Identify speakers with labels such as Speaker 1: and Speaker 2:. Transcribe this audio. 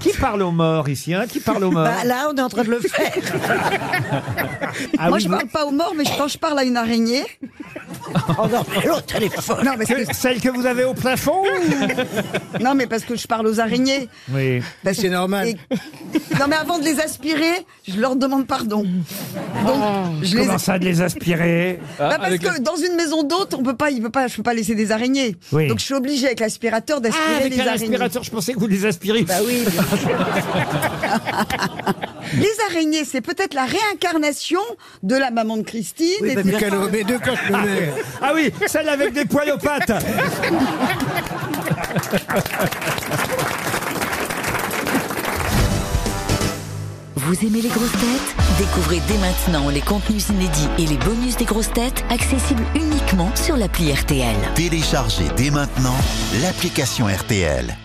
Speaker 1: Qui parle aux morts ici hein Qui parle aux morts
Speaker 2: Bah, là, on est en train de le faire.
Speaker 1: Ah
Speaker 3: Moi,
Speaker 1: oui,
Speaker 3: je
Speaker 1: vous-
Speaker 3: parle pas aux morts, mais je- quand je parle à une araignée,
Speaker 2: Oh non, mais l'autre téléphone.
Speaker 3: non, mais c'est-
Speaker 1: que- Celle que vous avez au plafond
Speaker 3: non, mais parce que je parle aux araignées.
Speaker 1: Oui.
Speaker 3: Parce
Speaker 2: C'est normal.
Speaker 3: et- Non, mais avant de les aspirer, je leur demande pardon. Donc, je les.
Speaker 1: Comment ça de les aspirer
Speaker 3: Bah, parce que dans une maison d'hôte, on peut pas, il peut pas, je peux pas laisser des araignées.
Speaker 1: Oui.
Speaker 3: Donc, je suis obligée avec l'aspirateur d'aspirer
Speaker 1: Ah, avec
Speaker 3: les
Speaker 1: un
Speaker 3: araignées.
Speaker 1: aspirateur, je pensais que vous les aspiriez.
Speaker 3: Bah oui. les araignées, c'est peut-être la réincarnation de la maman de Christine. et
Speaker 2: Mais
Speaker 3: puis-
Speaker 2: quel- mais de quoi je me mets
Speaker 1: Ah oui, celle avec des poils aux pattes
Speaker 4: Vous aimez les grosses têtes Découvrez dès maintenant les contenus inédits et les bonus des grosses têtes accessibles uniquement sur l'appli RTL.
Speaker 5: Téléchargez dès maintenant l'application RTL.